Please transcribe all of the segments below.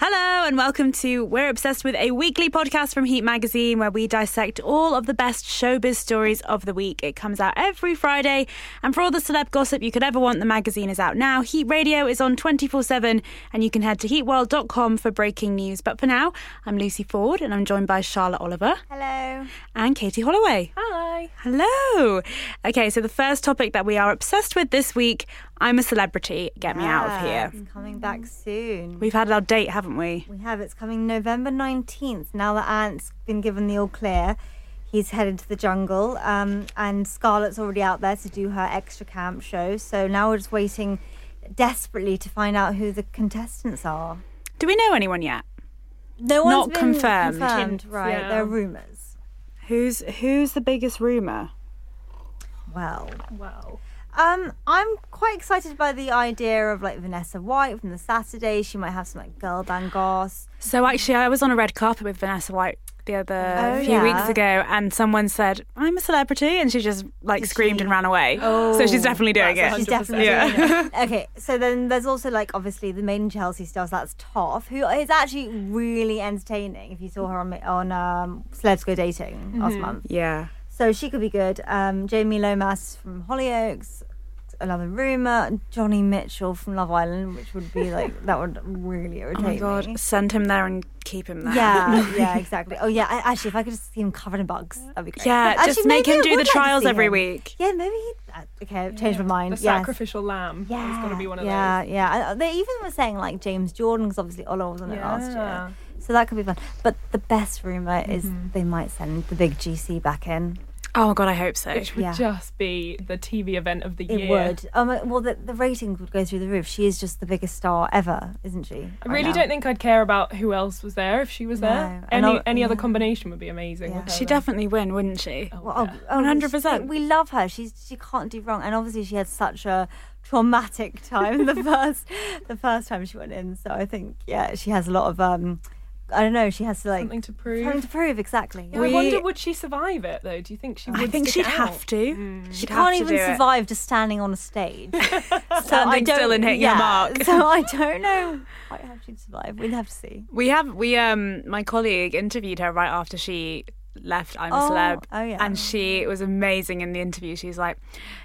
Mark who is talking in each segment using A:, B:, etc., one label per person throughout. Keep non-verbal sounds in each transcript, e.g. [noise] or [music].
A: Hello and welcome to We're Obsessed with a weekly podcast from Heat Magazine where we dissect all of the best showbiz stories of the week. It comes out every Friday, and for all the celeb gossip you could ever want, the magazine is out now. Heat Radio is on 24 7, and you can head to heatworld.com for breaking news. But for now, I'm Lucy Ford and I'm joined by Charlotte Oliver
B: Hello.
A: and Katie Holloway.
B: Hi.
A: Hello. Okay, so the first topic that we are obsessed with this week I'm a celebrity. Get me out of here.
B: Ah, It's coming back soon. We,
A: We've had our date, haven't we?
B: have it's coming November 19th. Now that Ant's been given the all clear, he's headed to the jungle. Um, and Scarlett's already out there to do her extra camp show. So now we're just waiting desperately to find out who the contestants are.
A: Do we know anyone yet? Not
B: No one's been
A: confirmed.
B: confirmed, right?
C: yeah.
B: They're rumours.
A: Who's who's the biggest rumor?
B: Well,
C: Wow.
B: Um, I'm quite excited by the idea of like Vanessa White from the Saturday. She might have some like girl band goss.
A: So actually, I was on a red carpet with Vanessa White the other
B: Oh,
A: few
B: yeah.
A: weeks ago, and someone said, "I'm a celebrity," and she just like screamed
B: she? Oh.
A: and ran away. so she's definitely doing it.
C: that's
B: She's
C: 100%.
B: definitely
A: Yeah.
B: doing
A: [laughs]
B: it. Okay, so then there's also like obviously the Maiden Chelsea stars. That's Toff, who is actually really entertaining. If you saw her on on um, Celebs Go Dating last
A: Mm-hmm.
B: month,
A: Yeah.
B: so she could be good. Um, Jamie Lomas from Hollyoaks, another rumor. Johnny Mitchell from Love Island, which would be
A: [laughs]
B: like that would really irritate
A: Oh my
B: me.
A: god! Send him there and keep him there.
B: Yeah, yeah, exactly. Oh, yeah. I, actually, if I could just see him covered in bugs, that'd be great.
A: Yeah,
B: Actually,
A: just make
B: maybe
A: him do
B: I
A: the
B: would like to
A: trials
B: see
A: every
B: him.
A: week.
B: Yeah, maybe. He, uh, okay, I've changed my mind.
C: The
B: yes.
C: sacrificial lamb.
B: Yeah,
C: It's to be one of
B: yeah,
C: those.
B: yeah. Uh, They even were saying like James Jordan, because obviously Ola was on it last
C: Yeah. Mm-hmm.
B: year, so that could be fun. But the best rumor is they might send the big GC back in.
A: Oh my god! I hope so.
C: Which would
B: Yeah.
C: just be the TV event of the
B: It
C: year.
B: would. Um, well, the, the ratings would go through the roof. She is just the biggest star ever, isn't she?
C: I really don't think I'd care about who else was there if she was
B: No,
C: there.
B: and
C: Any
B: I'll-
C: any other
B: yeah.
C: combination would be amazing.
B: Yeah.
C: with her
A: She'd
C: there.
A: definitely win, wouldn't she?
C: Oh,
B: Well,
C: yeah.
B: oh, oh,
A: 100%.
B: she- We love her. She's she can't do wrong, and obviously she had such a traumatic [laughs] time the first the first time she went in. So I think yeah, she has a lot of um, I don't know. She has to like
C: Something to prove.
B: something to prove exactly.
C: Yeah,
A: We-
C: I wonder would she survive it though? Do you think she would?
A: I think
C: stick
A: she'd
C: it
A: have
C: out?
A: to. She'd have
B: can't
A: to do
B: even
A: it.
B: survive just standing on
A: [laughs]
B: a stage. so
A: Standing still and hitting your
B: yeah,
A: mark.
B: so I don't know quite how she'd survive. We'll have to see.
A: We have we um my colleague interviewed her right after she left I'm a
B: Oh,
A: celeb.
B: oh, yeah.
A: And she was amazing in the interview. She's like,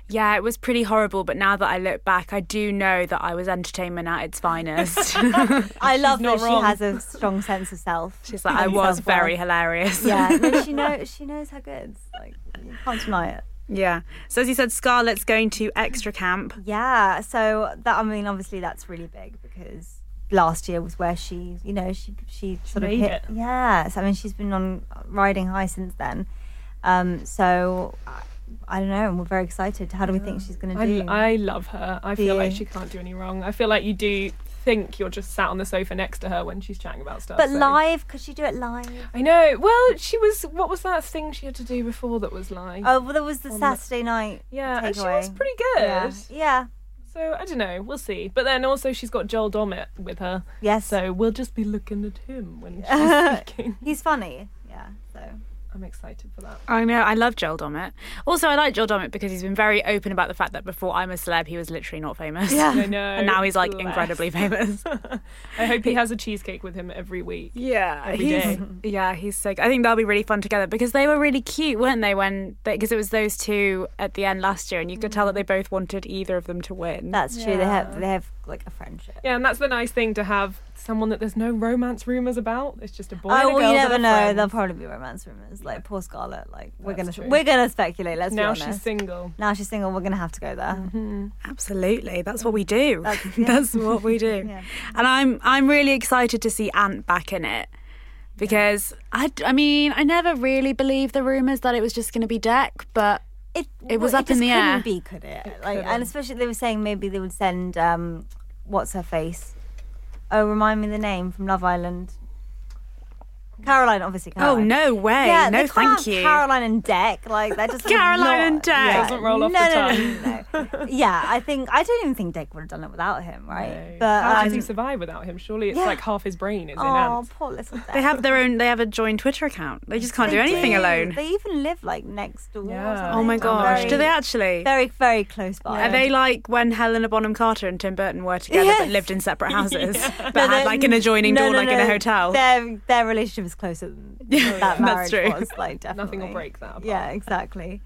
A: Yeah, it was pretty horrible, but now that I look back, I do know that I was entertainment at its [laughs] finest.
B: I love
C: not
B: that
C: wrong.
B: she has a strong sense of self.
A: [laughs] She's like, I
B: and
A: was
B: self-worth.
A: very hilarious. [laughs]
B: Yeah, no, she knows she knows her goods. Like you can't deny it.
A: yeah. So as you said, Scarlett's going to extra camp.
B: Yeah, so that I mean, obviously that's really big because last year was where she, you know, she she sort
C: Made
B: of hit.
C: it.
B: Yeah, so I mean, she's been on riding high since then. Um, so I, I don't know, and we're very excited. How do we think she's going to
C: I,
B: do?
C: I love her. I feel like
B: you?
C: she can't do any wrong. I feel like you do think you're just sat on the sofa next to her when she's chatting about stuff.
B: but
C: so-
B: live, could she do it live?
C: I know. Well, she was. What was that thing she had to do before that was live?
B: Oh, well, there was the
C: On the-
B: Saturday night.
C: yeah, and she
B: takeaway.
C: was pretty good.
B: Yeah. yeah.
C: So I don't know. We'll see. But then also she's got Joel Dommett with her,
B: Yes.
C: so we'll just be looking at
B: [laughs]
C: him when she's speaking.
B: He's funny. Yeah.
C: [laughs]
B: So.
C: I'm excited for that.
A: I know, I love Joel Dommett. Also I like Joel Dommett because he's been very open about the fact that before I'm a celeb he was literally not famous.
B: Yeah.
C: I
B: [laughs]
C: know.
A: And now he's like
C: bless.
A: incredibly famous.
C: I hope he has a cheesecake with him every week.
A: Yeah,
C: every
A: he's,
C: day.
A: [laughs] yeah, he's so. I think they'll be really fun together because they were really cute, weren't they? When because it was those two at the end last year, and you could tell that they both wanted either of them to win.
B: That's true. They have
C: Yeah.
B: they have like a friendship.
C: Yeah, and that's the nice thing to have someone that there's no romance rumors about. It's just a boy. and
B: Oh,
C: a
B: well, you
C: girl
B: never
C: that
B: know.
C: are friends.
B: There'll probably be romance rumors. Like poor Scarlett. Like we're
C: That's
B: gonna
C: true.
B: we're gonna speculate. Let's
C: now
B: be honest.
C: she's Mm-hmm. single.
B: now she's single. We're gonna have to go there.
A: Absolutely, that's what we do. That's, [laughs]
B: That's- yeah.
A: what we do.
B: [laughs] Yeah.
A: And I'm I'm really excited to see Ant back in it because I I mean I never really believed the rumors that it was just going to be Deck, but
B: It
A: It was
B: well,
A: up in
B: just
A: the air.
B: couldn't Be could it? like and especially they were saying maybe they would send um, what's her face? Oh, remind me the name from Love Island. Caroline, obviously.
A: Oh
B: Caroline.
A: no way!
B: Yeah,
A: no,
B: they can't
A: thank you.
B: Caroline and Deck, like that just
A: Caroline
B: not,
A: and Deck.
C: Doesn't roll off
B: no,
C: the
B: no, No, no,
C: [laughs]
B: no. yeah, I think I don't even think Deck would have done it without him, right? But
C: how does
B: um,
C: he survive without him? Surely it's
B: yeah.
C: like half his brain is in
B: Oh,
C: ants.
B: poor little Deck.
A: They have their own. They have a joined Twitter account. They just can't do anything alone.
B: They even live like next door. or
C: Yeah.
B: something.
A: oh my
B: It's
A: gosh!
B: very-
A: do they actually?
B: Very, very close by.
A: Are they like when Helena Bonham Carter and Tim Burton were together but
B: Yes.
A: lived in
B: [laughs]
A: separate houses, but
B: No,
A: had
B: they're-
A: like an adjoining
B: no,
A: door,
B: no,
A: like in a
B: no.
A: hotel?
B: Their their relationship is closer than that
A: [laughs] That's
B: marriage
A: true.
B: was. Like definitely,
C: Nothing will break that apart.
B: Yeah, exactly.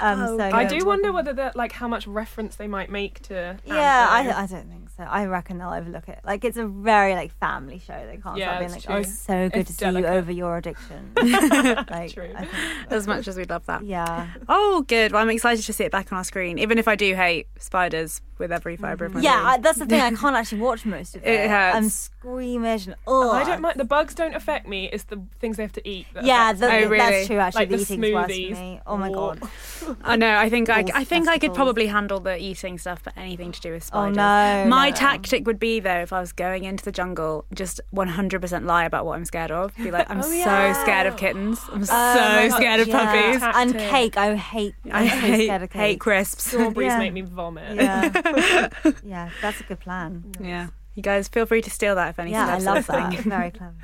B: Um,
A: Oh,
B: so,
A: God.
C: I
B: yeah.
C: do wonder whether they're like how much reference they might make to.
B: Yeah,
C: Anne, though.
B: I, I don't think so. I reckon they'll overlook it. Like it's a very like family show. They can't
C: Yeah,
B: stop being like,
C: it's
B: "Oh,
C: true.
B: it's so good
C: It's
B: to see
C: delicate.
B: you over your
C: [laughs]
B: addiction." like,
C: True.
B: I think-
A: As much as we'd love that.
B: yeah,
A: Oh, good. Well, I'm excited to see it back on our screen, even if I do hate spiders with every fibre of my
B: yeah. I,
A: being.
B: that's
A: [laughs]
B: the thing. I can't actually watch most of it.
A: It hurts.
B: I'm squeamish and oh,
C: I don't mind. The bugs don't affect me. It's the things they have to eat. That
B: Yeah, [laughs]
C: affect
B: the,
A: Oh, really?
B: that's true. Actually,
C: Like
B: the,
C: the
B: eating's worse for
C: smoothies.
B: me. Oh my
C: Or- [laughs]
B: god.
A: I know. I think I,
B: Balls,
A: I think I could
B: testicles.
A: probably handle the eating stuff, but anything to do with
B: Oh
A: spiders.
B: no.
A: My
B: no, no.
A: tactic would be though, if I was going into the jungle, just 100% lie about what I'm scared of. Be
B: [laughs]
A: like, I'm
B: Oh,
A: so
B: yeah.
A: scared of kittens. I'm
B: Oh my
A: so
B: God,
A: scared of
B: yeah.
A: puppies.
B: And
C: Tactic.
B: cake. I hate.
A: I
B: I'm
A: [laughs]
B: so
A: hate,
B: scared of cake.
A: hate crisps.
C: Strawberries
B: Yeah.
C: make me vomit.
B: Yeah.
A: [laughs]
B: yeah, that's a good plan.
A: Yeah. You guys feel free to steal that if any.
B: Yeah, I
A: celebs
B: love
A: listening. [laughs]
B: that. Very clever.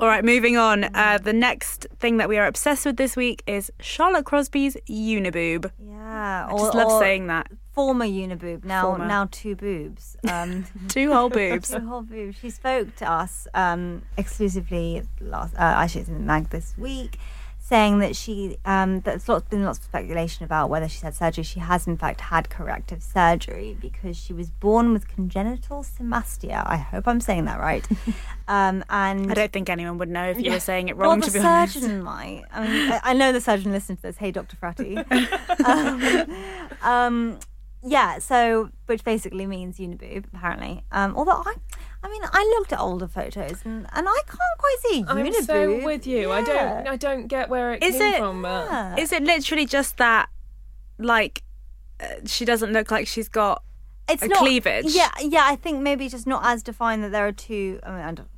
A: All right, moving on. Uh, the next thing that we are obsessed with this week is Charlotte Crosby's Uniboob.
B: Yeah.
A: I just love saying that.
B: former uniboob, now
A: Former.
B: now two boobs. Um,
A: [laughs] Two whole boobs.
B: two whole boobs. She spoke to us um, exclusively last. Uh, actually, it's in the mag this week, saying that she um, there's lots been lots of speculation about whether she's had surgery. She has in fact had corrective surgery because she was born with congenital symastia. I hope I'm saying
A: [laughs]
B: that right. um, and
A: I don't think anyone would know if you
B: [laughs]
C: Yeah.
A: were saying it
B: well,
A: wrong.
B: the
A: to be honest.
B: surgeon might. I mean, I, I know the surgeon listened to this. Hey, Dr. Fratty. um, um, yeah, so, which basically means uniboob, apparently. Um, although I, I mean, I looked at older photos and, and I can't quite see a
C: [laughs] I'm
B: uniboob.
C: so with you. I don't.
B: Yeah.
C: I don't get where it
A: Is
C: came
A: it-
C: from. but-
B: Yeah.
A: Is it literally just that, like, uh, she doesn't look like she's got?
B: It's
A: a
B: not,
A: cleavage?
B: Yeah, yeah, I mean, maybe just not as defined that there are two. I mean, I don't.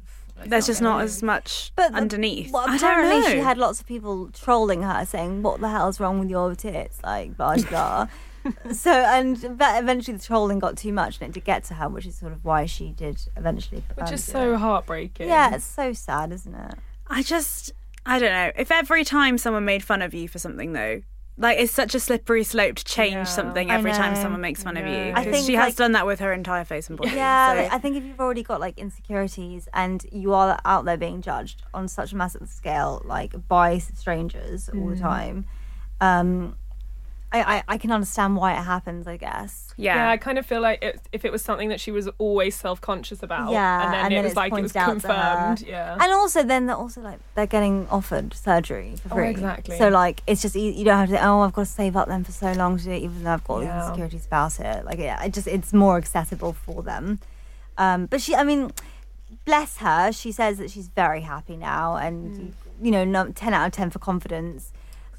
A: There's just not as much
B: But the-
A: underneath.
B: Well,
A: I don't
B: apparently
A: know.
B: she had lots of people trolling her, saying, "What the hell's wrong with your tits?" Like blah
A: [laughs]
B: blah. blah. so and but eventually the trolling got too much and it did get to her, which is sort of why she did eventually. um,
C: Which is
B: do
C: so
B: it.
C: heartbreaking.
B: Yeah, it's so sad, isn't it?
A: I just, I don't know. If every time someone made fun of you for something, though, like it's such a slippery slope to change
C: Yeah.
A: something
B: I
A: every time
B: know.
A: someone makes fun of you.
C: I
A: 'Cause
B: think,
A: she has
B: like-
A: done that with her entire face and body.
B: Yeah,
A: so-
B: like, I think if you've already got like insecurities and you are out there being judged on such a massive scale, like by strangers all
A: Mm.
B: the time, um, I, I I can understand why it happens. I guess.
A: yeah.
C: Yeah. I kind of feel like it, if it was something that she was always self-conscious about,
B: Yeah,
C: and then
B: and
C: it
B: then
C: was
B: it's
C: like it was
B: pointed out to her.
C: confirmed. Yeah,
B: And also, then they're also like they're getting offered surgery for
C: Oh,
B: free.
C: exactly.
B: So like, it's just you, you don't have to. Oh, I've got to save up then for so long to do it, even though I've got all these
C: Yeah.
B: insecurities about it. Like, yeah, it just it's more accessible for them. Um, but she, I mean, bless her. She says that she's very happy now, and
C: Hmm.
B: you know, no, ten out of ten for confidence.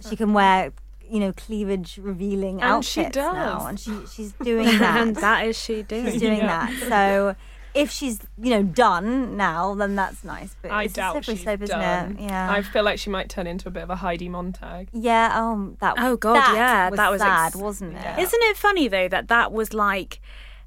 B: She can wear. You know, cleavage revealing
C: And
B: outfits
C: she does.
B: now, and she
C: [laughs]
B: she's doing that.
A: and [laughs] that is she
B: [laughs] She's
A: doing.
B: doing
C: Yeah.
B: that. So if she's, you know, done now, then that's nice. But
C: I
B: it's a
C: doubt
B: slippery
C: she's
B: slope, isn't
C: done.
B: it? Yeah.
C: I feel like she might turn into a bit of a Heidi Montag.
B: Yeah. Oh, that.
A: Oh, God,
B: that
A: yeah,
B: Was
A: that was
B: sad,
A: ex-
B: wasn't it?
C: Yeah.
A: Isn't it funny though that that was like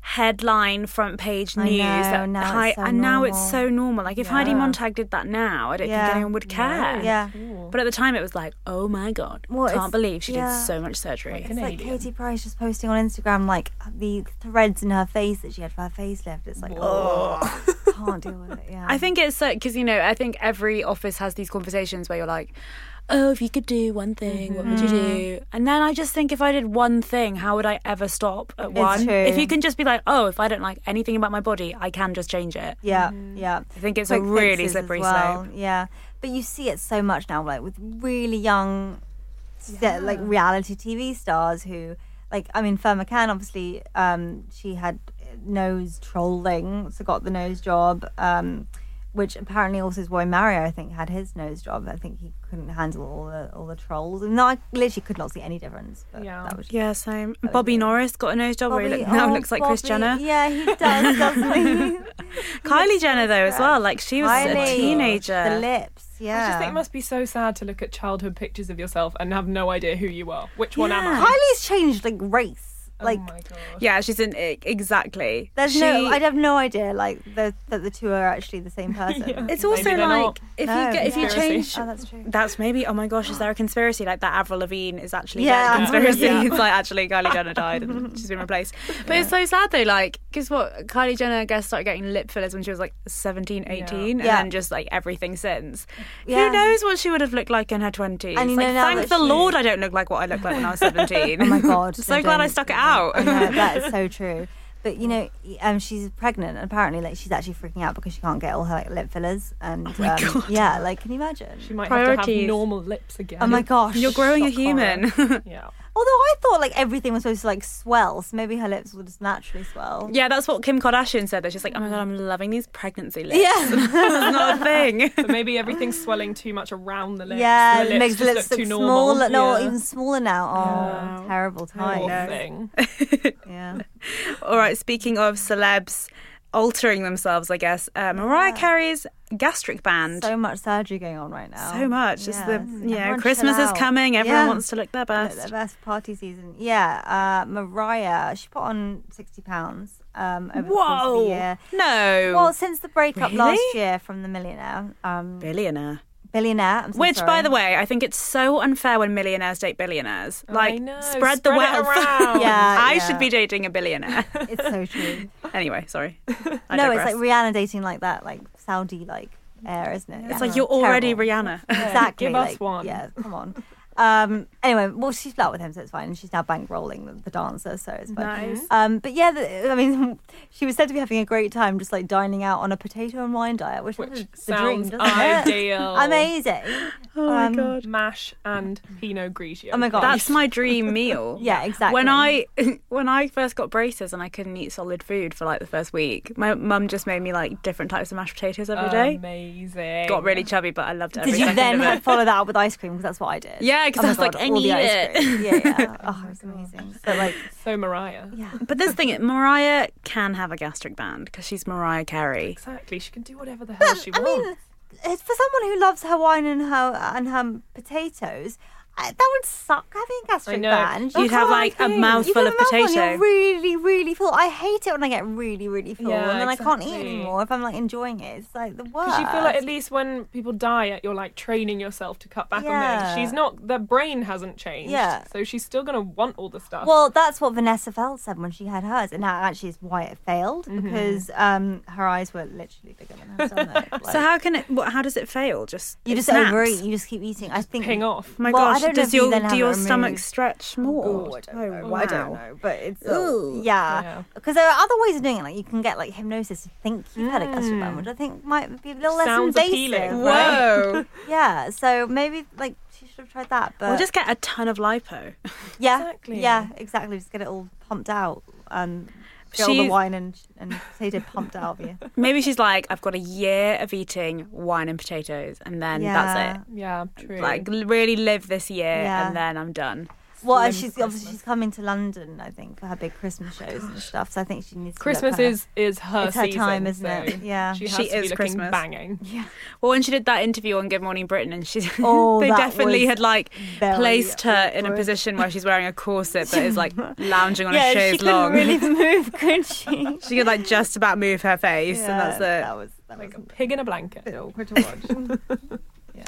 A: headline front page
B: I
A: news
B: know,
A: that
B: now it's so
A: and now it's
B: normal.
A: so normal. Like if Heidi
C: Yeah.
A: Montag did that now, I don't
B: Yeah.
A: think anyone would care.
B: Yeah.
C: Ooh.
A: But at the time, it was like, oh my god,
B: Well,
A: can't
B: it's-
A: believe she
B: yeah.
A: did so much surgery.
C: Like
B: It's
C: an
B: like
C: alien.
B: Katie Price just posting on Instagram like the threads in her face that she had for her facelift. It's like, oh, can't deal
A: [laughs]
B: with it. Yeah.
A: I think it's because you know, I think every office has these conversations where you're like, oh, if you could do one thing, what would you do? And then I just think if I did one thing, how would I ever stop at one?
B: true.
A: If you can just be like, oh, if I don't like anything about my body, I can just change it.
B: Yeah.
C: Mm.
B: Yeah.
A: I think it's a
B: quick
A: really
B: fixes as
A: slippery
B: well,
A: slope.
B: Yeah, but you see it so much now, like with really young, se- like reality TV stars who, like, I mean, Firma Khan obviously, um, she had nose trolling, so got the nose job, um, which apparently also is why Mario, I think, had his nose job. I think he couldn't handle all the all the trolls, and I literally could not see any difference. But
C: Yeah.
B: that was
A: Yeah, same. Bobby Norris got a nose job where he
B: Bobby-
A: look, now
B: oh,
A: looks like Chris
B: Bobby.
A: Jenner.
B: Yeah, he does, doesn't he?
A: [laughs] Kylie Jenner though as
B: correct.
A: well. Like she was
B: Kylie,
A: a teenager.
B: The lips. Yeah.
C: I just think it must be so sad to look at childhood pictures of yourself and have no idea who you are. Which one am
A: Yeah.
C: I?
B: [laughs] Kylie's changed like race.
C: Oh
B: Like
C: my God.
A: Yeah, she's in e- exactly.
B: there's
A: She-
B: no, I'd have no idea like the, that the two are actually the same person.
C: Yeah.
A: It's
C: Maybe
A: also
C: they're
A: like
C: not.
A: if
B: No,
A: you get, if you
C: conspiracy.
A: change.
B: Oh, that's true.
A: That's maybe. Oh my gosh, is there a conspiracy like that? Avril Lavigne is actually
B: Yeah.
A: dead. Conspiracy.
C: Yeah.
A: It's like actually Kylie Jenner died
B: [laughs]
A: and she's been replaced. But it's so sad though, like because what Kylie Jenner, I guess, started getting lip fillers when she was like 17, 18,
B: Yeah.
A: and then just like everything since.
B: Yeah.
A: Who knows what she would have looked like in her twenties?
B: And you know
A: like,
B: now
A: thank
B: that
A: the
B: she-
A: Lord, I don't look like what I looked like when I
B: [laughs]
A: was seventeen.
B: Oh
A: [laughs]
B: my god!
A: so
B: no,
A: glad I
B: don't.
A: stuck it out.
B: I know, that is so true. But you know, um, she's pregnant, and apparently, like, she's actually freaking out because she can't get all her like, lip fillers. And
A: my
B: um,
A: God.
B: yeah, like, can you imagine?
C: She might have to
A: Priorities.
C: have normal lips again.
B: Oh my gosh!
A: You're growing a
B: shock horror.
A: human.
C: [laughs]
B: [laughs]
C: Yeah.
B: Although I thought like everything was supposed to like swell, so maybe her lips will just naturally swell.
A: Yeah, that's what Kim Kardashian said. That she's like, oh my god, I'm loving these pregnancy lips.
B: [laughs] Yeah.
A: [laughs] that's not a
B: [laughs]
A: thing.
C: But maybe everything's swelling too much around the lips.
B: Yeah,
C: the
B: it
C: lips
B: makes the
C: just
B: lips
C: look
B: look
C: too
B: small.
C: normal.
B: No,
C: Yeah.
B: even smaller now. Oh,
A: Yeah.
B: terrible time.
C: Poor
A: know.
C: thing.
B: Yeah.
A: All right, speaking of celebs altering themselves, I guess, uh, Mariah Carey's gastric band.
B: So much surgery going on right now.
A: So much. It's
B: Yeah,
A: the
B: so everyone
A: yeah,
B: chill
A: Christmas is
B: out.
A: coming. Everyone
B: Yeah.
A: wants to look their
B: At
A: best.
B: The best party season. Yeah. Uh, Mariah, she put on 60 pounds um, over the course of
A: Whoa!
B: the year.
A: No.
B: Well, since the breakup last
A: Really?
B: year from the millionaire, um,
A: billionaire.
B: billionaire. I'm so
A: Which,
B: sorry.
A: by the way, I think it's so unfair when millionaires date billionaires. Like,
C: I know,
A: spread the
C: spread it
A: wealth.
B: [laughs]
C: around.
B: Yeah,
A: [laughs] I
B: yeah.
A: should be dating a billionaire. [laughs]
B: it's so true.
A: anyway, sorry. [laughs] I
B: [laughs] no,
A: digress.
B: it's like Rihanna dating like that, like Saudi like air, isn't it?
A: It's like you're already
B: Terrible.
A: Rihanna.
B: exactly.
C: Give us
B: like,
C: one.
B: Yeah, come on. Um, anyway, well, she's flat with him, so it's fine. And she's now bankrolling the, the dancer, so it's fine.
A: Nice.
B: Um, but yeah, the, I mean, [laughs] she was said to be having a great time, just like dining out on a potato and wine diet, which,
C: Which
B: is the dream,
C: sounds
B: doesn't it? [laughs]
C: ideal.
B: Amazing.
A: Oh my
B: Um,
A: god.
C: Mash and Pinot Grigio.
B: Oh my God.
A: That's my dream meal.
B: Yeah, exactly.
A: When I [laughs] when I first got braces and I couldn't eat solid food for like the first week, my mum just made me like different types of mashed potatoes every day.
C: Amazing.
A: Got really chubby, but I loved every
B: did you
A: second
B: then
A: of it.
B: have- follow that up with ice cream? Because that's what I did. Oh
A: Yeah, 'cause
B: my
A: I was like,
B: God,
A: I
B: all
A: need
B: the ice
A: it.
B: cream. Yeah,
A: [laughs]
B: yeah. Oh, it's amazing. So like,
C: So Mariah.
B: yeah.
A: [laughs] But this thing, Mariah can have a gastric band because she's Mariah Carey.
C: Exactly. She can do whatever the hell she
B: [laughs] I
C: wants.
B: mean, it's for someone who loves her wine and her and her potatoes. I, that would suck having a gastric
C: know.
B: band.
A: You'd have like a
B: You
A: mouthful
B: put
A: of
B: them up and
A: potato.
B: You're really, really full. I hate it when I get really, really full,
C: Yeah,
B: and then I can't eat
C: exactly.
B: anymore if I'm like enjoying it. It's like the worst.
C: Because you feel like at least when people diet, you're like training yourself to cut back
B: Yeah.
C: on things. She's not. Their brain hasn't changed.
B: Yeah.
C: So she's still gonna want all the stuff.
B: Well, that's what Vanessa Feld said when she had hers, and that actually is why it failed because um, her eyes were literally bigger than hers. Aren't they? Like,
A: So how can it? what- How does it fail? Just
B: you
A: it
B: just
A: snaps?
B: overeat, you just keep eating. I think
C: Ping off.
A: Oh my
B: Well, I
A: gosh,
B: don't know
A: does
B: if you
A: your
B: then
A: do
B: have
A: your
B: it
A: stomach
B: removed.
A: stretch more?
B: Oh, I don't know.
A: Oh,
B: I don't
A: wow.
B: know, but it's
A: Ooh.
B: yeah.
C: Yeah.
B: Because there are other ways of doing it. Like you can get like hypnosis to think you've had a gastric band, which I think might be a little less
C: Sounds
B: invasive.
C: appealing,
B: right? [laughs]
A: Whoa!
B: Yeah. So maybe like she should have tried that. But
A: we'll just get a ton of lipo. [laughs]
B: yeah,
C: Exactly.
B: yeah, exactly. Just get it all pumped out. Um, get all the
A: She's-
B: wine and and potato pumped out of you.
A: Maybe she's like, I've got a year of eating wine and potatoes, and then that's
B: Yeah.
A: it.
C: Yeah. True.
A: Like l- really live this year,
B: Yeah.
A: and then I'm done.
B: Well, and
C: Slim
B: she's
C: Christmas.
B: obviously she's coming to London, I think, for her big Christmas shows and stuff. So I think she needs to look
C: Christmas
B: her-
C: is is her
B: it's her
C: season,
B: time, isn't
C: so
B: it? Yeah.
C: She has
A: She
C: to
A: is
C: be looking
A: Christmas.
C: banging.
A: Well, when she did that interview on Good Morning Britain, and [laughs] she,
B: Oh,
A: they
B: that
A: definitely
B: was
A: had like
B: very
A: placed her in a
B: awkward.
A: position where she's wearing a corset that is
B: [laughs]
A: like lounging on
B: yeah,
A: a
B: she
A: chaise
B: couldn't
A: long. [laughs]
B: really move, could she?
A: She could like just about move her face,
B: Yeah,
A: and that's it.
B: That was that
C: Like a
B: was
C: pig in a blanket.
A: [laughs]
B: bit awkward to [laughs] watch. yeah.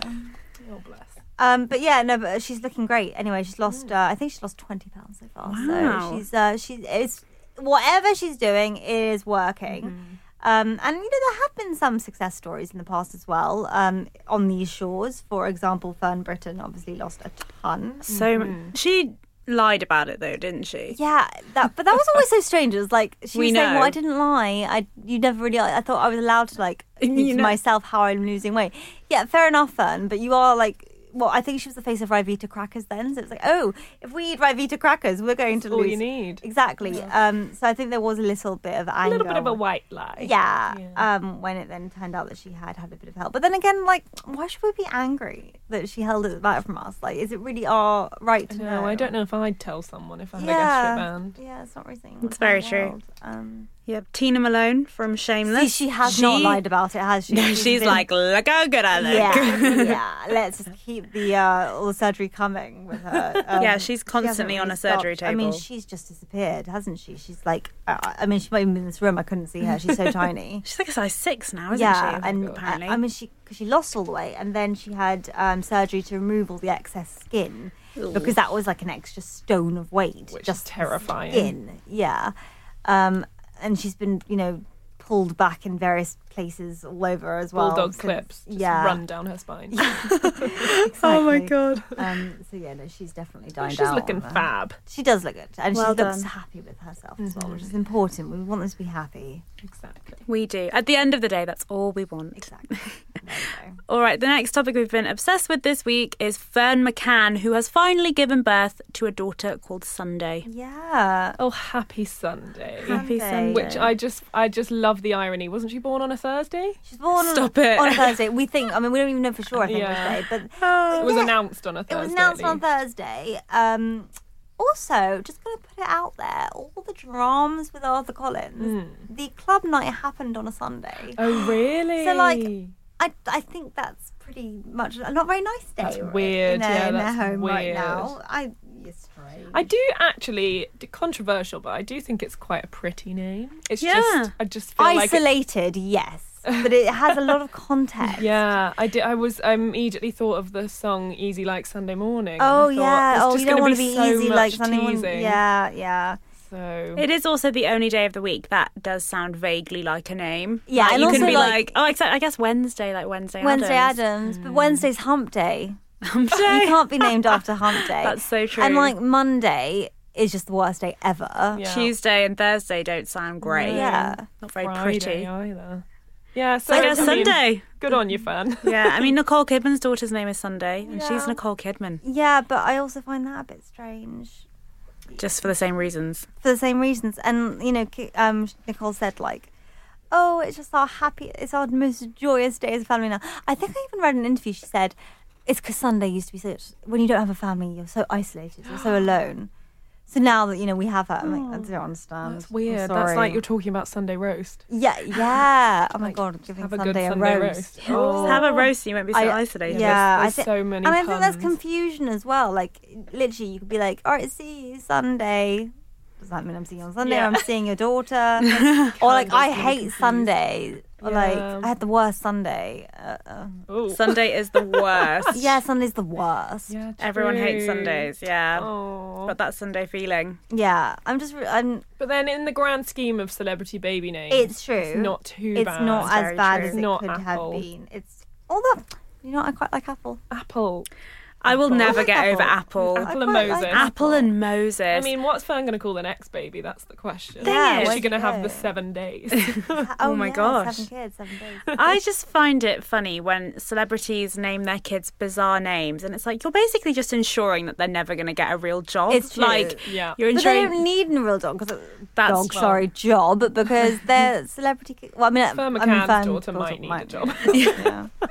C: Oh bless.
B: Um, but yeah, no, but she's looking great. Anyway, she's lost. Uh, I think she's lost twenty pounds so far.
A: Wow.
B: So she's uh, she's it's whatever she's doing is working.
A: Mm-hmm.
B: Um, and you know there have been some success stories in the past as well um, on these shores. For example, Fern Britton obviously lost a ton.
A: So
B: Mm-hmm.
A: she lied about it though, didn't she?
B: Yeah, that but that was always so strange. It was like she
A: We
B: was saying, "Well,
A: know.
B: I didn't lie. I you never really. I thought I was allowed to
C: [laughs]
B: like
A: You
B: keep to
A: know.
B: myself how I'm losing weight. Yeah, fair enough, Fern. But you are like." Well, I think she was the face of Rivita crackers then. So it's like, oh, if we eat Rivita crackers, we're going to
C: All
B: lose.
C: you need.
B: Exactly. Um, so I think there was a little bit of
C: A
B: anger.
C: little bit of a white lie.
B: Yeah.
C: Yeah.
B: Um, when it then turned out that she had had a bit of help. But then again, like, why should we be angry that she held it back from us? Like, is it really our right to
C: No, I don't know if I'd tell someone if I had a
B: yeah.
C: gastric band.
B: Yeah, it's not really saying
A: It's very true.
B: Um,
A: Yep, Tina Malone from Shameless.
B: See, she has not
A: She-
B: lied about it, has
A: [laughs]
B: she?
A: No, she's
B: been-
A: like, look how good I look.
B: [laughs] yeah, yeah. Let's just keep the uh, all the surgery coming with her. Um,
A: [laughs] Yeah, she's
B: she hasn't
A: constantly on a surgery
B: stopped. I mean,
A: table.
B: she's just disappeared, hasn't she? She's like, uh, I mean, she might even be in this room. I couldn't see her.
A: [laughs]
B: She's so tiny.
A: [laughs] She's like a size six now, isn't
B: yeah,
A: she? Oh
B: and
A: apparently.
B: I, I mean, she cause she lost all the weight, and then she had um, surgery to remove all the excess skin because that was like an extra stone of weight,
C: Which is
B: just
C: terrifying.
B: Skin, yeah. Um, and she's been, you know, pulled back in various places all over as well.
C: Bulldog
B: since-
C: clips just
B: yeah,
C: run down her spine.
A: Oh my
B: [laughs] exactly.
A: god.
B: Um, so yeah, no, she's definitely dying
C: she's
B: down.
C: looking fab.
B: She does look good, and
A: Well
B: she looks
A: done.
B: happy with herself as well,
C: Mm-hmm.
B: which is important. We want them to be happy.
C: Exactly.
A: We do. At the end of the day, that's all we want.
B: Exactly. There we go.
A: All right, the next topic we've been obsessed with this week is Fern McCann, who has finally given birth to a daughter called Sunday.
B: [laughs] Yeah.
C: Oh, happy Sunday.
A: Happy
B: Sunday.
A: Sunday.
C: Which I just, I just love the irony. Wasn't she born on a Thursday?
B: She's born
A: Stop
B: on,
A: it.
B: on a Thursday. We think. I mean, we don't even know for sure. I think
C: Yeah.
B: which day, but
C: [sighs] It was
B: Oh, Yeah.
C: announced on a Thursday.
B: it was announced
C: at
B: on
C: least.
B: Thursday. Um, also, just going to put it out there: all the dramas with Arthur Collins. The club night happened on a Sunday. [gasps]
C: Hmm. Oh, really?
B: So, like, I, I think that's pretty much a not very nice day.
C: That's
B: right,
C: weird,
B: In their,
C: yeah,
B: in their
C: that's
B: home right
C: weird.
B: now. I yes, right.
C: I do actually d- controversial, but I do think it's quite a pretty name. It's
A: Yeah.
C: just I just feel like it-
B: Isolated,
C: [laughs]
B: yes, but it has a lot of context.
C: yeah, I did. I was I immediately thought of the song "Easy Like Sunday Morning." and I
B: Oh
C: thought,
B: yeah.
C: "There's
B: Oh,
C: just
B: you don't
C: gonna
B: want to be
C: so
B: easy like
C: much
B: something.
C: teasing."
B: Yeah, yeah.
C: So
A: It is also the only day of the week that does sound vaguely like a name.
B: Yeah,
A: Like,
B: and
A: you can
B: also,
A: be
B: like-
A: like, oh, except I guess Wednesday, like Wednesday.
B: Wednesday
A: Addams.
B: Adams, but Wednesday's Hump Day.
A: [laughs] Wednesday.
B: You can't be
C: [laughs]
B: named after Hump Day.
A: That's so true.
B: And like Monday is just the worst day ever.
C: yeah.
A: Tuesday and Thursday don't sound great.
B: Yeah.
A: Not very
C: Friday
A: pretty.
C: either. Yeah, so
A: So I
C: I
A: guess
B: [laughs]
C: mean,
A: Sunday.
C: Good on you, fan.
A: Yeah, I mean Nicole Kidman's daughter's name is Sunday, and she's
B: Yeah.
A: Nicole Kidman,
B: Yeah, but I also find that a bit strange
A: just for the same reasons.
B: for the same reasons. And you know, Ki- um, Nicole said like. Oh, it's just our happy, it's our most joyous day as a family now. I think I even read an interview. She said, "It's because Sunday used to be such. When you don't have a family, you're so isolated, you're
C: [gasps]
B: so alone. So now that you know we have her, I'm like, I don't understand.
C: Oh, That's
B: I'm
C: weird. That's like
B: sorry."
C: you're talking about Sunday roast. [sighs]
B: Yeah, yeah. Oh my
C: Like,
B: god, giving
C: have a
B: Sunday
C: good
B: a
C: Sunday
B: roast. [laughs]
C: roast. Oh.
A: Just have a roast, and you won't be so
B: I-
A: isolated.
B: yeah. I
C: there's,
B: thi-
C: there's so many.
B: And I think that's
C: puns.
B: confusion as well. Like, literally, you could be like, all right, see you Sunday. Does that mean I'm seeing you on Sunday? Or
C: Yeah.
B: I'm seeing your
C: [laughs]
B: daughter. or, like,
C: of
B: I
C: getting
B: hate
C: confused.
B: Sunday. Or,
C: Yeah.
B: like, I had the worst Sunday. Uh, uh.
C: Oh.
A: Sunday is the
B: [laughs]
A: worst.
B: Yeah, Sunday's the worst. Yeah,
C: Yeah,
A: Everyone hates
C: true.
A: Sundays. Yeah.
C: Oh.
A: But that Sunday feeling.
B: I'm just, re- I'm,
C: But then, in the grand scheme of celebrity baby names,
B: it's true.
C: it's not too
B: It's
C: bad.
B: not
A: It's
B: as
A: very
B: bad
A: true.
B: as
C: It's
B: it
C: not
B: could
C: Apple.
B: have been. It's, although, you know, what? I quite like Apple.
C: Apple.
A: I will never
B: like
A: get
B: Apple. [laughs]
A: over Apple.
B: I
A: Apple,
C: and
B: quite
C: Moses.
A: and Moses.
B: [laughs]
C: I mean, what's Fern going to call the next baby? That's the question.
A: Yeah,
C: is
A: where'd
C: she
B: you
C: going to have the
B: go? [laughs]
C: seven days? [laughs]
A: Oh my gosh.
B: Seven kids, seven
A: [laughs]
B: days.
A: I just find it funny when celebrities name their kids bizarre names, and it's like you're basically just ensuring that they're never going to get a real job.
B: It's true.
A: like
C: Yeah.
A: you're
B: But they
A: ensuring.
B: don't need a real dog. 'cause it-
A: That's-
B: dog, sorry, job,
A: [laughs]
B: because they're celebrity. ki- Well, I mean,
C: Fern
B: I mean,
C: McCann's
B: Fern
C: daughter might need a job.
B: need a
A: [laughs]
B: job, yeah.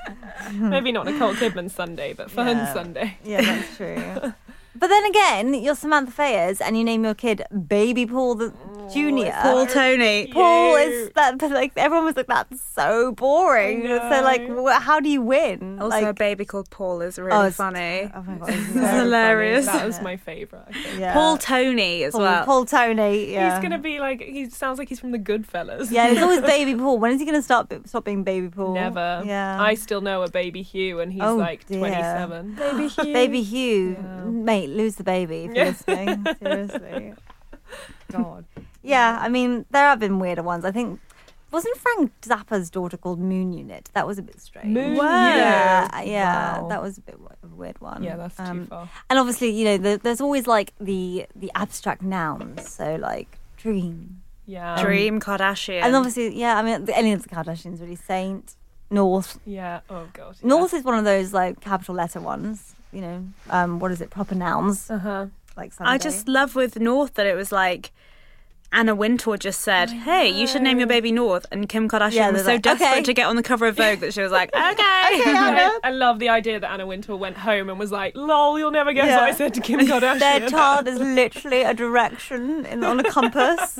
C: [laughs] Maybe not
B: [laughs]
C: Nicole Kidman Sunday, but Fern
B: Yeah.
C: Sunday.
B: yeah, that's true. [laughs] But then again, you're Samantha Fayers, and you name your kid Baby Paul the
C: Oh,
B: Junior.
A: Paul Tony.
B: Paul is that but, like everyone was like that's so boring.
C: I
B: So like,
C: know.
B: wh- how do you win?
A: Also,
B: like,
A: a baby called Paul is really
B: Oh, it's-
A: funny.
B: oh
A: [laughs]
B: my god, it's
A: This is
B: so-
A: hilarious.
C: That was my favourite. I think.
B: yeah.
A: Paul Tony as
B: Paul,
A: well.
B: Paul Tony. Yeah.
C: He's going to be like, he sounds like he's from the Goodfellas.
B: Yeah,
C: [laughs]
B: it's always Baby Paul. When is he going to stop stop being Baby Paul?
C: Never.
B: Yeah.
C: I still know a baby Hugh, and he's
B: Um, Oh,
C: like
B: dear. [gasps]
C: 27.
A: baby Hugh.
B: Baby Hugh,
C: Yeah.
B: mate, lose the baby if you're
C: Yeah.
B: listening.
C: [laughs]
B: Seriously. God. Yeah, I mean, there have been weirder ones. I think, wasn't Frank Zappa's daughter called Moon Unit? That was a bit strange.
C: Moon Wow. Unit.
B: Yeah, yeah,
C: Wow.
B: that was a bit w- of a weird one.
C: Yeah, that's too
B: Um,
C: far.
B: And obviously, you know, the, there's always like the the abstract nouns. So like dream.
C: Yeah.
A: Dream Kardashian.
B: And obviously, yeah, Um, I mean, the- any of the Kardashians really. Saint, North.
C: Yeah. Oh, God. Yeah.
B: North is one of those like capital letter ones. You know, um, what is it? Proper nouns
C: Uh huh.
B: like Sunday.
A: I just love with North that it was like Anna Wintour just said, "Hey, you should name your baby North." And Kim Kardashian
B: Yeah,
A: was so
B: they're like,
A: desperate
B: "Okay."
A: to get on the cover of Vogue that she was
B: [laughs]
A: like, "Okay."
C: I, I love the idea that Anna Wintour went home and was like, "Lol, you'll never guess what I
B: Yeah.
C: said to Kim
B: [laughs]
C: Kardashian."
B: Their
C: [laughs]
B: child is literally a direction in, on a [laughs] compass.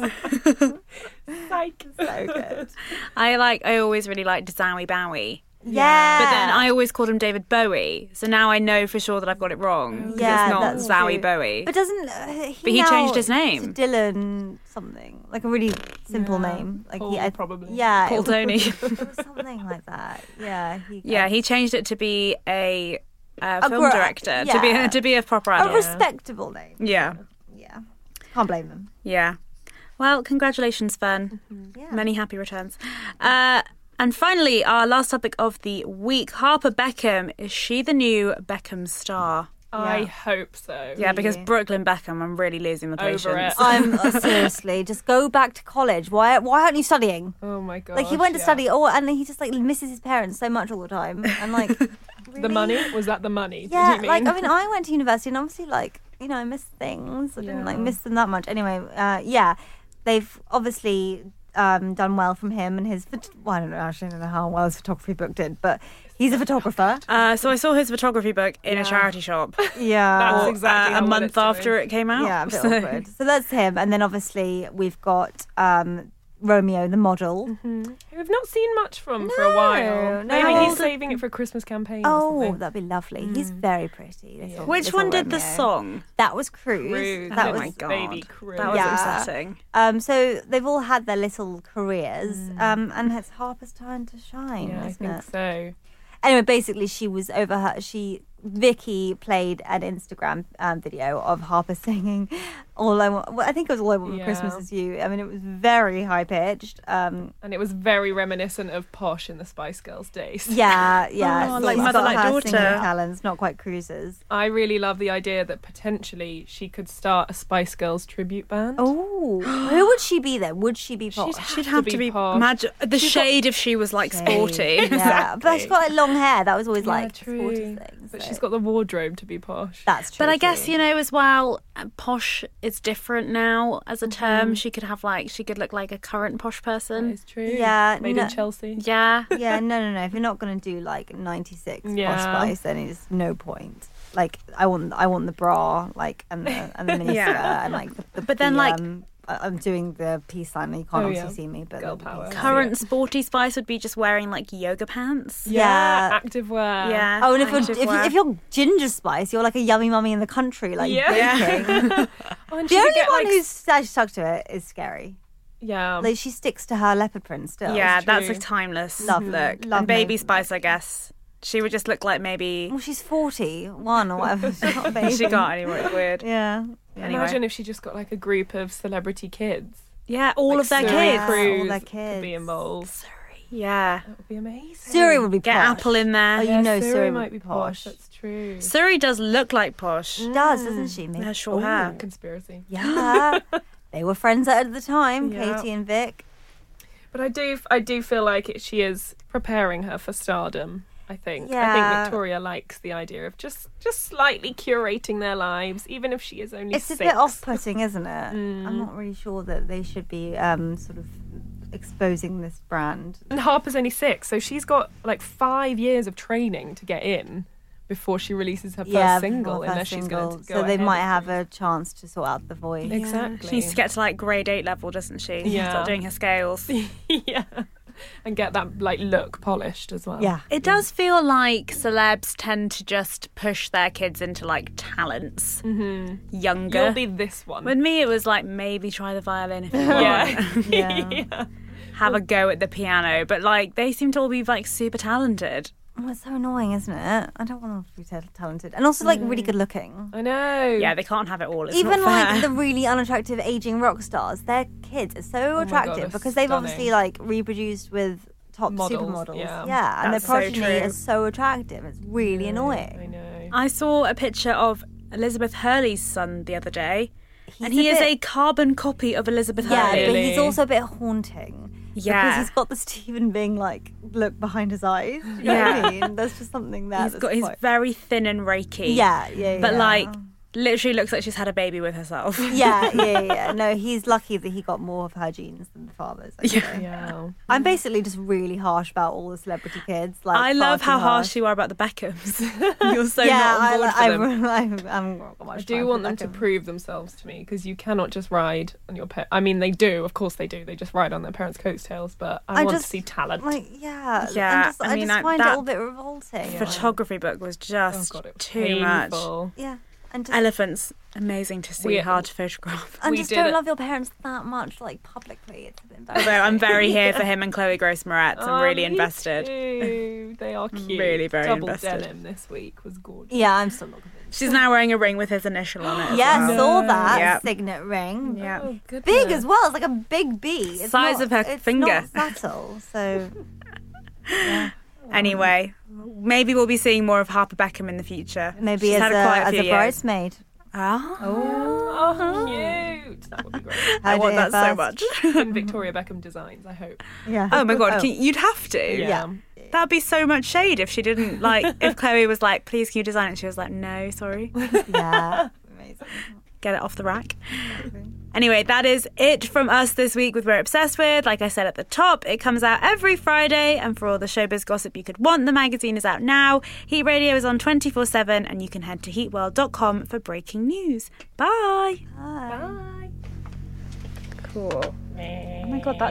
B: so [laughs]
C: Psych.
B: good.
A: [laughs] I like. I always really liked Zowie Bowie,
B: Yeah.
A: but then I always called him David Bowie. So now I know for sure that I've got it wrong. 'cause
B: Oh, Yeah,
A: it's
B: that's
A: not Zowie
B: true.
A: Bowie.
B: But doesn't uh, he
A: But he
B: now-
A: changed his
B: to
A: name.
B: Dylan something like a really simple name. Like
C: Paul,
B: he, I-
C: probably.
A: [laughs]
B: Yeah,
A: Paul
B: it was- [laughs]
A: Tony. [laughs]
B: it was something like that. Yeah. He,
A: Yeah, he changed it to be a, uh, film
B: gr-
A: director to be
B: yeah.
A: to be a proper
B: a
A: adult.
B: respectable name.
A: yeah,
B: Yeah. Can't blame him.
A: yeah. Well, congratulations, Fern.
B: Yeah.
A: Many happy returns. Uh, and finally, our last topic of the week: Harper Beckham. Is she the new Beckham star?
C: I
B: Yeah.
C: hope so.
A: Yeah, because Brooklyn Beckham. I'm really losing my patience.
C: Over it.
B: I'm uh, seriously just go back to college. Why? Why aren't you studying?
C: Oh my god.
B: Like he went to study, all, and he just like misses his parents so much all the time. And like
C: The money was that the money? Did
B: Yeah,
C: you mean?
B: like
C: [laughs]
B: I mean, I went to university and obviously, like you know, I miss things. I didn't like
C: Yeah.
B: miss them that much. Anyway, uh, yeah, they've obviously um, done well from him and his. phot- Well, I don't know, actually, I don't know how well his photography book did, but he's a photographer.
A: Uh, so I saw his photography book in a charity shop
B: [laughs] Yeah,
C: That's exactly
A: uh,
C: how
A: a
C: well
A: month
C: it's doing.
A: after it came out.
B: yeah, a
A: [laughs]
B: bit
A: So-
B: awkward. So that's him, and then obviously we've got um, Romeo, the model.
C: Mm-hmm. Who We've not seen much from for a
B: no.
C: while. Maybe
B: How
C: he's
B: old-
C: saving it for a Christmas campaign. or
B: Oh,
C: something.
B: that'd be lovely. He's very pretty. little-
A: Which
B: little
A: one did the
B: Romeo.
A: song?
B: That was Cruise.
C: Cruise.
B: That
A: oh
B: was
A: my god,
C: baby Cruise.
A: that was
B: Yeah.
A: upsetting.
B: Um, so they've all had their little careers, um, and it's Harper's time to shine,
C: Mm. yeah, I
B: isn't
C: think
B: it?
C: so.
B: Anyway, basically, she was over her. She Vicky played an Instagram um, video of Harper [laughs] singing "All I Want." Well, I think it was "All I Want for
C: Yeah.
B: Christmas Is You." I mean, it was very high pitched. Um,
C: And it was very reminiscent of Posh in the Spice Girls days. [laughs]
B: yeah, yeah.
A: Oh,
B: So
A: like
B: she's
A: mother,
B: got
A: like
B: her
A: daughter.
B: singing talents, not quite Cruises.
C: [gasps] I really love the idea that potentially she could start a Spice Girls tribute band.
B: Oh, who would she be then? Would she be posh?
A: She'd have to be,
C: posh.
A: magi- the shade if she was like sporty. [laughs]
B: Yeah, but
C: [laughs]
B: she's got like long hair. That was always
C: Yeah,
B: like
C: true.
B: sporty things.
C: But
B: so
C: she's got the wardrobe to be posh.
B: that's true.
A: But I guess
B: [laughs]
A: you know as well, uh, posh is different now as a term. She could have like she could look like a current posh
C: That
A: person.
C: is true.
B: um, Yeah,
C: Made
B: no-
C: in Chelsea.
A: Yeah,
B: yeah, no, no, no. If you're not gonna do like '96
C: Yeah.
B: Posh Spice, then it's no point. Like, I want, I want the bra, like, and the
C: [laughs]
B: and the miniskirt,
A: Yeah.
B: and like the. the
A: But then,
B: the,
A: like-
B: um, I- I'm doing the peace sign. You can't
C: Oh,
B: obviously
C: yeah.
B: see me, but
C: Girl
B: the peace
C: power.
B: sign.
A: current sporty spice would be just wearing like yoga pants.
B: Yeah.
C: Active wear.
A: Yeah.
B: Oh, and if you're,
A: active
B: if, you,
A: wear.
B: if you're ginger spice, you're like a yummy mummy in the country, like
C: Yeah. [laughs]
B: baking. [laughs]
C: Oh, and
B: The
C: she could
B: only
C: get,
B: one
C: like,
B: who's actually stuck to it is scary.
C: Yeah.
B: Like she sticks to her leopard print still.
A: yeah, that's a
C: true.
A: timeless
B: Lovely.
A: look.
B: Lovely.
A: And baby spice, I guess she would just look like maybe
B: Well, she's forty-one or
C: [laughs]
B: whatever. She's not a baby.
A: she got anyway. Weird.
B: Yeah.
A: Anyway.
C: Imagine if she just got like a group of celebrity kids.
A: Yeah, all
C: Like
A: of their
C: Suri
B: Yeah,
A: kids.
B: all
C: Cruise
B: their
C: Could be
B: kids.
C: involved.
A: Yeah,
C: That would be amazing.
B: Suri would be
A: get
B: posh.
A: Apple in
B: Oh,
A: there.
B: you know
C: Suri
B: Suri would
C: might be posh. That's true.
A: Suri does look like posh.
B: She does, doesn't
C: Mm.
B: she? Maybe.
A: Her short hair.
C: Conspiracy.
B: Yeah. they were friends at the time,
C: Yeah.
B: Katie and Vic.
C: But I do, I do feel like it, she is preparing her for stardom. I think. I
B: Yeah.
C: think Victoria likes the idea of just, just slightly curating their lives, even if she is only
B: It's a
C: six. Mm.
B: bit off-putting, isn't it?
C: [laughs]
B: I'm not really sure that they should be um, sort of exposing this brand.
C: And Harper's only six, so she's got like five years of training to get in before she releases her first
B: yeah,
C: single,
B: well,
C: unless
B: first
C: she's going
B: single.
C: to go.
B: so they
C: ahead.
B: might have a chance to sort out the voice.
C: exactly.
A: She needs to get to like grade eight level, doesn't she?
C: Yeah.
A: Start doing her
B: [laughs]
A: scales.
C: [laughs] yeah, and get that like look polished as well.
B: Yeah.
A: It does feel like celebs tend to just push their kids into like talents
B: Mm-hmm.
A: younger.
C: you'll be this one.
A: With me, it was like maybe try the violin
B: [laughs]
A: if you want,
C: yeah,
B: Yeah.
A: [laughs]
C: [laughs]
A: have a go at the piano. But like they seem to all be like super talented.
B: Well, it's so annoying, isn't it? I don't want them to be t- talented. And also, like, really
C: Mm.
B: good looking.
C: I know.
A: Yeah, they can't have it all. It's
B: Even
A: not fair.
B: like the really unattractive aging rock stars, their kids are
A: Oh
B: so
C: God,
B: attractive
C: they're
B: because they've obviously
C: stunning.
B: like reproduced with top
C: Models,
B: supermodels.
C: yeah.
B: and
A: That's so
B: their progeny
A: true.
B: is so attractive. It's really
C: I
B: annoying.
C: know.
A: [laughs] I saw a picture of Elizabeth Hurley's son the other day, and he
B: a
A: is
B: bit-
A: a carbon copy of Elizabeth
B: Yeah,
A: Hurley.
B: but he's
C: Really?
B: also a bit haunting.
A: Yeah.
B: Because he's got the Stephen Bing like look behind his eyes. You know what I mean? There's just something there.
A: He's
B: that's
A: got he's
B: quite-
A: very thin and rakey.
B: Yeah, yeah,
A: But
B: yeah.
A: like literally looks like she's had a baby with
B: [laughs]
A: herself.
B: yeah, yeah, yeah. No, he's lucky that he got more of her genes than the farmers. Yeah.
C: Yeah.
B: I'm basically just really harsh about all the celebrity kids. Like
A: I
B: far
A: love
B: too
A: how harsh you are about the Beckhams. [laughs] You're so
B: yeah,
A: not on board
B: I,
A: for them.
B: [laughs] I, I, I, I'm not got much
C: I
B: time
C: do
B: for
C: want them to
B: Beckham.
C: prove themselves to me because you cannot just ride on your pet. I mean, they do, of course they do. They just ride on their parents' coattails, but I,
B: I
C: want
B: just-
C: to see talent.
B: Like, yeah, I'm
A: Yeah,
B: just-
A: I
B: I
A: mean,
B: just
A: I-
B: find it
A: that
B: all a bit revolting.
A: Photography book was
C: oh
A: just
C: god, it was
A: too much.
C: painful.
B: Yeah, and just,
A: Elephants, amazing to see,
C: We-
A: hard to photograph. [laughs]
B: and
C: we
B: just
C: did
B: don't
C: it.
B: love your parents that much, like publicly. It's a bit embarrassing.
A: Although I'm very here for him and Chloe Grace Moretz. I'm
C: Oh,
A: really
C: me
A: invested.
C: too. They
A: [laughs]
C: are cute.
A: really very
C: Double
A: invested.
C: denim this week was gorgeous.
B: Yeah, I'm still not convinced.
A: She's now wearing a ring with his initial on it. as
B: Yeah,
A: well.
B: saw that
A: Yep.
B: signet ring.
A: Yeah.
C: Oh,
B: Big
C: goodness.
B: as well. It's like a big B. It's
A: Size
B: not-
A: of her
B: it's
A: finger.
B: Not subtle. So
A: [laughs] Anyway, maybe we'll be seeing more of Harper Beckham in the future.
B: maybe
A: She's
B: as
A: had
B: a,
A: quite a
B: as
A: few
B: a
A: years.
B: bridesmaid.
A: Ah. Uh-huh.
C: Oh, cute. That would be great.
A: [laughs] I
B: I'd
A: want
B: hear
A: that so
B: first.
A: much.
C: In Victoria Beckham designs, I hope.
B: Yeah.
A: Oh my god,
B: [laughs] Oh.
A: can- you'd have to.
B: Yeah.
A: That'd be so much shade if she didn't like. if Chloe was like, "Please, can you design it?" and she was like, "No, sorry, [laughs]
B: yeah. Amazing.
A: get it off the rack." Anyway, that is it from us this week with We're Obsessed With. Like I said at the top, it comes out every Friday, and for all the showbiz gossip you could want, the magazine is out now. Heat Radio is on 24 7, and you can head to heatworld.com for breaking news. Bye.
B: Hi.
C: Bye.
A: Cool. Oh my god, that